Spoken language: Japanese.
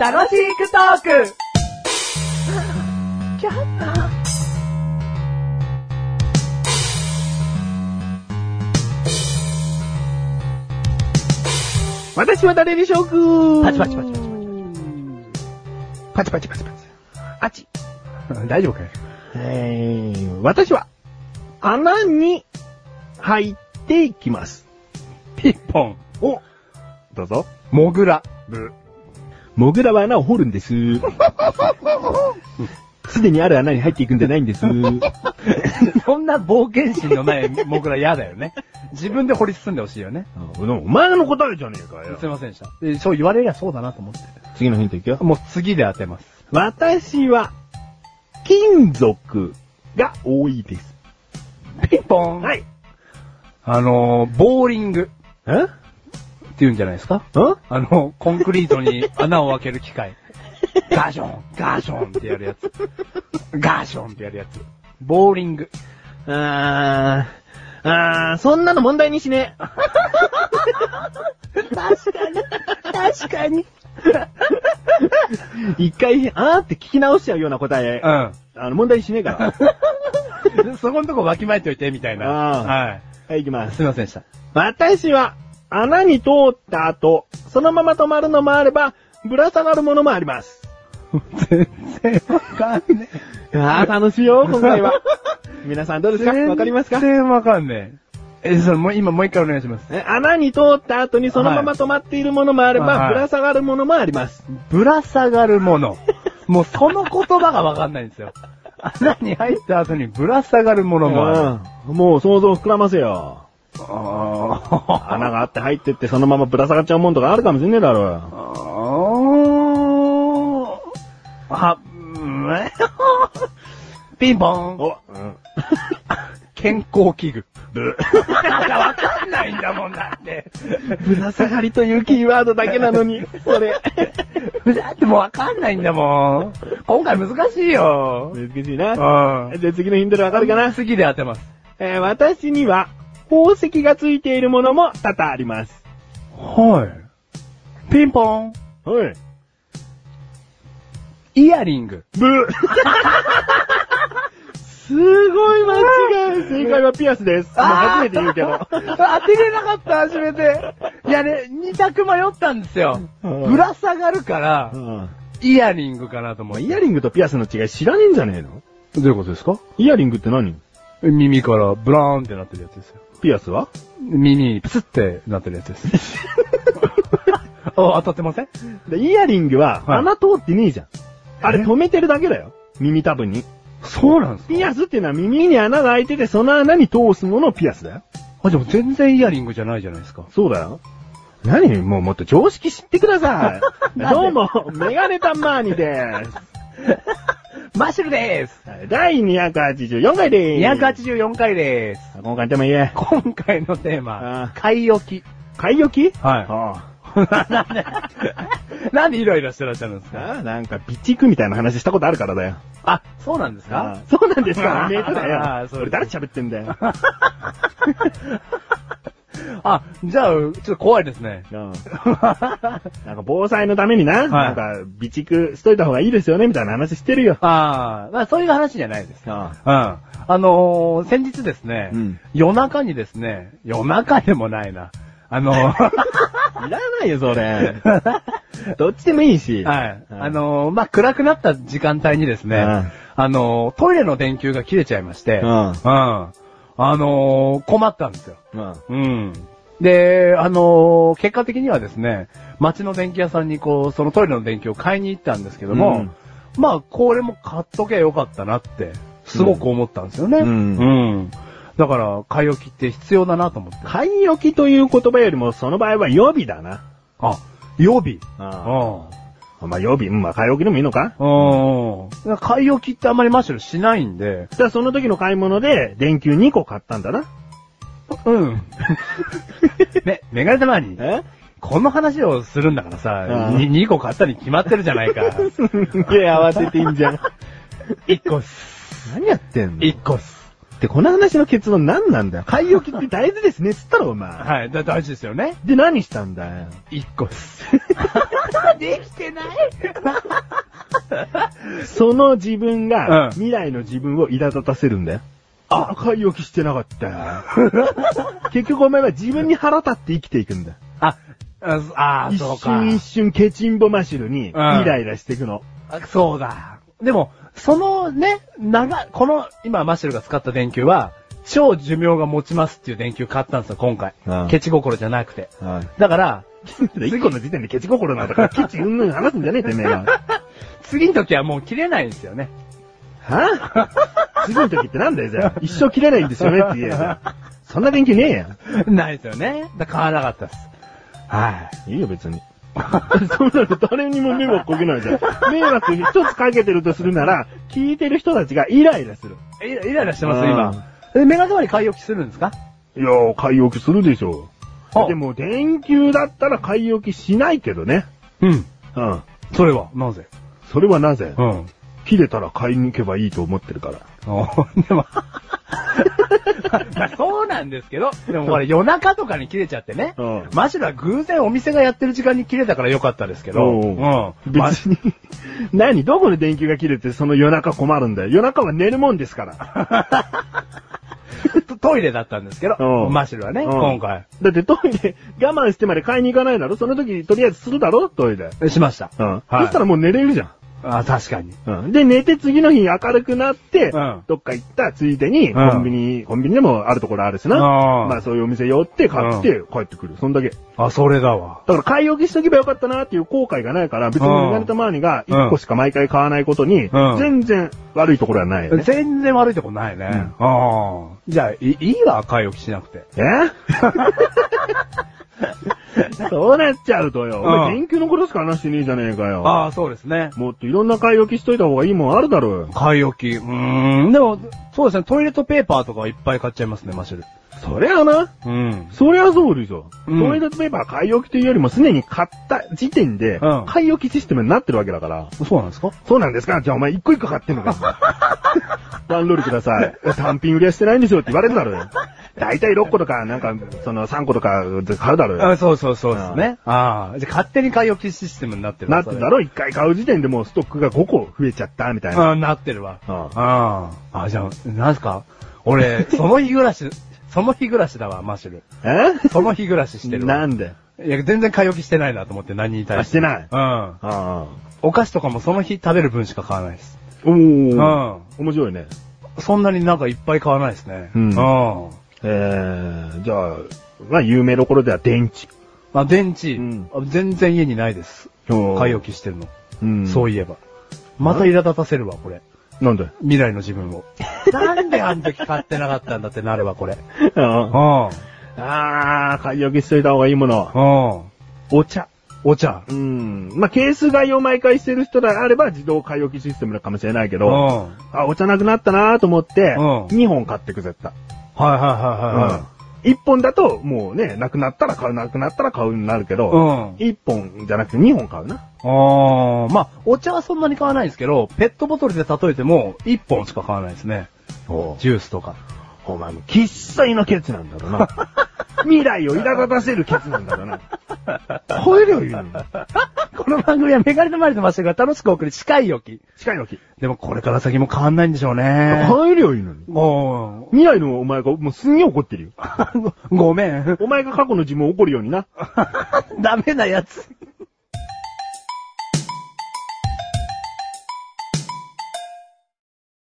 楽しくトーク私は誰でしょうくパチパチパチパチパチパチパチパチパチパチパチあち。 大丈夫かよ。えー、私は、穴に入っていきます。ピンポン。おどうぞ。モグラ。ブ。モグラは穴を掘るんです。 すでにある穴に入っていくんじゃないん です。そんな冒険心のない僕ら嫌だよね。自分で掘り進んでほしいよね。お前の答えじゃねえかよすい。ませんでした。えそう言われりゃそうだなと思って。次のヒントいくよ。もう次で当てます。私は、金属が多いです。ピンポン。はいい。あのー、ボーリングえんって言うんじゃないですかあの、コンクリートに穴を開ける機 械。ガション、ガションってやるやつ。ガションってやるやつ。ボーリング。あー、あー、そんなの問題にしねえ。確かに。確かに。一回、あーって聞き直しちゃうような答え、うん。あの、問題にしねえ から。そこんとこわきまえておいて、みたいな。あーははい、行きまい。す。すいませんでした。私は、穴に通った後、そのまま止まるのもあれば、ぶら下がるものもあります。全然わかんねああ、楽しいよ、今回 は。皆さんどうですかわかりますか全然わかんねえ。え、それもう今もう一回お願いします。え穴に通った後にそのまま止まっているものもあれば、はいぶら下がるものもあります。ぶら下がるもの。もうその言葉がわかんないんですよ。穴に入った後にぶら下がるものもある。うんもう想像膨らませよ。あ穴があって入ってってそのままぶら下がっちゃうもんとかあるかもしんねえだろ。ーあ、うんえピンポン。お、うん。健康器具。ぶ、わかんないんだもんだって。ぶら下がりというキーワードだけなのに、そ れ。だってもうわかんないんだもん。今回難しいよ。難しいうな。ん。じゃあ次のヒントでわかるかな、次で当てます。えー私には、宝石がついているものも多々あります。はい。ピンポン。はい。イヤリング。ブすごい間違い正解はピアスです。もう初めて言うけ ど。当てれなかった、初めて。いやね、二択迷ったんですよ。うんぶら下がるから、イヤリングかなと思い。イヤリングとピアスの違い知らねえんじゃねえのどういうことですかイヤリングって何耳からブラーンってなってるやつですよ。ピアスは耳にプスってなってるやつです。 あ、当たってませんでイヤリングははい穴通ってねえじゃん。あれえ止めてるだけだよ。耳たぶに。そうなんですピアスっていうのは耳に穴が開いててその穴に通すものをピアスだよ。あ、でも全然イヤリングじゃないじゃないですか。そうだよ。何もうもっと常識知ってくださ い。どうも、メガネタマーニです。 マッシュルでーす第284回でーす。 !284 回でーす。今回でも言え。今回のテーあマー、買い置き。買い置きはいあ なんでイライラしてらっしゃるんですあかああなんか、ピッチ行くみたいな話したことあるからだよ。あ、そうなんですかそうなんですかあーネットだあよー。そう俺誰喋ってんだよ。あ、じゃあ、ちょっと怖いですね。 うんなんか、防災のためにな、いなんか、備蓄しといた方がいいですよね、みたいな話してるよ。ああ、まあそういう話じゃないです。あうん。あのー、先日ですね、うん夜中にですね、夜中でもないな。あの ー、あいらないよ、それ。 どっちでもいいし。はい。うんあのー、まあ、暗くなった時間帯にですね、うんあのー、トイレの電球が切れちゃいまして、うんあのー、困ったんですよ。うん。うん。で、あのー、結果的にはですね、街の電気屋さんにこう、そのトイレの電球を買いに行ったんですけども、まあ、これも買っとけばよかったなって、すごく思ったんですよね。うんうんだから、買い置きって必要だなと思って。買い置きという言葉よりも、その場合は予備だな。あ、予備。あああまあ、予備、うんまあ、買い置きでもいいのかあ。うん。買い置きってあんまりマッシュルしないんで、じゃあ、その時の買い物で、電球2個買ったんだな。 うん。ね、メガネ玉に、 えこの話をするんだからさ、うんに2個買ったに決まってるじゃないか。 手合わせてんじゃん。 1個っ す。何やってんの1個っす。ってこの話の結論何なんだよ。買い置きって大事ですね、つったろ、お前。はい。だ、大事ですよね。で、何したんだよ。一個です。できてないその自分が、うん未来の自分を苛立たせるんだよ。あ、買い置きしてなかった よ。結局お前は自分に腹立って生きていくんだよ。あ、 あそあー、一そうか。瞬一瞬ケチンボマシルに、イうんライラしていくの。あそうだ。でも、そのね、長、この、今、マシュルが使った電球は、超寿命が持ちますっていう電球買ったんですよ、今回。うんケチ心じゃなくて。はい。だから、一個の時点 でケチ心なんだから、ケチうんぬん話すんじゃねえてめえは。次の時はもう切れないんで すよね。 はぁ次の時ってなんだよ、じゃあ。一生切れないんですよねって言えよじゃあ。そんな電球ねえや。ないですよね。だから買わなかったです。はいいいよ、別に。 そんなの誰にも迷惑かけないじゃん。迷惑一つかけてるとするなら、聞いてる人たちがイライラする。い。イライラしてます、今。え、メガネ割り買い置きするんですかいやー、買い置きするでしょあでも、電球だったら買い置きしないけどね。うん。うん。それは、なぜそれはなぜうん。切れたら買いに行けばいいと思ってるから。でも、まあ そうなんですけど、でもこれ夜中とかに切れちゃってね。うんマシュラ偶然お店がやってる時間に切れたから良かったですけど。おううん。まあ別に、 何どこで電球が切れてその夜中困るんだよ。夜中は寝るもんですから。 トトイレだったんですけど、うんマシュルはね、うん今回。だってトイレ我慢してまで買いに行かないだろその時とりあえずするだろトイレ。しました。うん。はいそしたらもう寝れるじゃん。あ、確かに。うん。で、寝て次の日明るくなって、うんどっか行ったついでに、うんコンビニ、コンビニでもあるところあるしな。うんまあそういうお店寄って買って帰ってくる。そんだけ。あ、それだわ。だから買い置きしとけばよかったなっていう後悔がないから、別にうんメガネたまわりが1個しか毎回買わないことにうん、全然悪いところはないよね。全然悪いとこないね。ああ。じゃあ、いいいわ、買い置きしなくて。え そうなっちゃうとよ。お前うん電球のことしか話してねえじゃねえかよ。あ、そうですね。もっといろんな買い置きしといた方がいいもんあるだろうよ。買い置き。うーん。でも、そうですね、トイレットペーパーとかいっぱい買っちゃいますね、マシュル。そりゃあな。うん。そりゃそうでしょ。うんトイレットペーパーは買い置きというよりも、すでに買った時点でうん、買い置きシステムになってるわけだから。そうなんですかそうなんですかじゃあお前一個一個買ってんのか ワンロールください。単品売りはしてないんでしょって言われるだろうよ。だいたい6個とか、なんか、その3個とか買うだろうよ。あそうそうそうですね。ああ。じゃあ勝手に買い置きシステムになってるなってんだろ一回買う時点でもうストックが5個増えちゃった、みたいな。ああ、なってるわ。うんああ。あじゃあ、なんすか俺、その日暮らし、 その日暮らしだわ、マッシュル。えその日暮らししてるわ。なんでいや、全然買い置きしてないなと思って何に対あ、し。しててない。うん。ああ。お菓子とかもその日食べる分しか買わないです。おうー。ん。面白いね。そんなになんかいっぱい買わないですね。うんうん。えー、じゃあ、まあ有名どころでは電池。まあ、電池、うんあ全然家にないです。買い置きしてるの。うん。そういいえば。また苛立たせるわ、これ。う。なんで未来の自分を。 なんであの時買ってなかったんだってなるわ、これ。あうん。あ、買い置きしといた方がいいもの。うん。お茶。お茶。うん。まあ、ケース買いを毎回してる人であれば自動買い置きシステムかもしれないけうん。ど、はいあ、お茶なくなったなと思って、うん2本買ってく絶対。はいは1本だと、もうね、なくなったら買う、なくなったら買うになるけいはいど、はい。うん。 1本じゃなくて2本買うな。あーまあ、お茶はそんなに買わないんですけど、ペットボトルで例えても、1本しか買わないですね。おジュースとか。お前も、喫粋のケツなんだろう な。未来を苛立たせるケツなんだろうな。超えるよ、言うの。 この番組はメガネの前でましたが、楽しくお送り、近いよき。近いのき。でもこれから先も変わんないんでしょう ね。超えるよ、言うのに。ご未来のお前が、もうすんげえ怒ってるよ。ごめん。 お前が過去の自分を怒るようにな。ダメなやつ。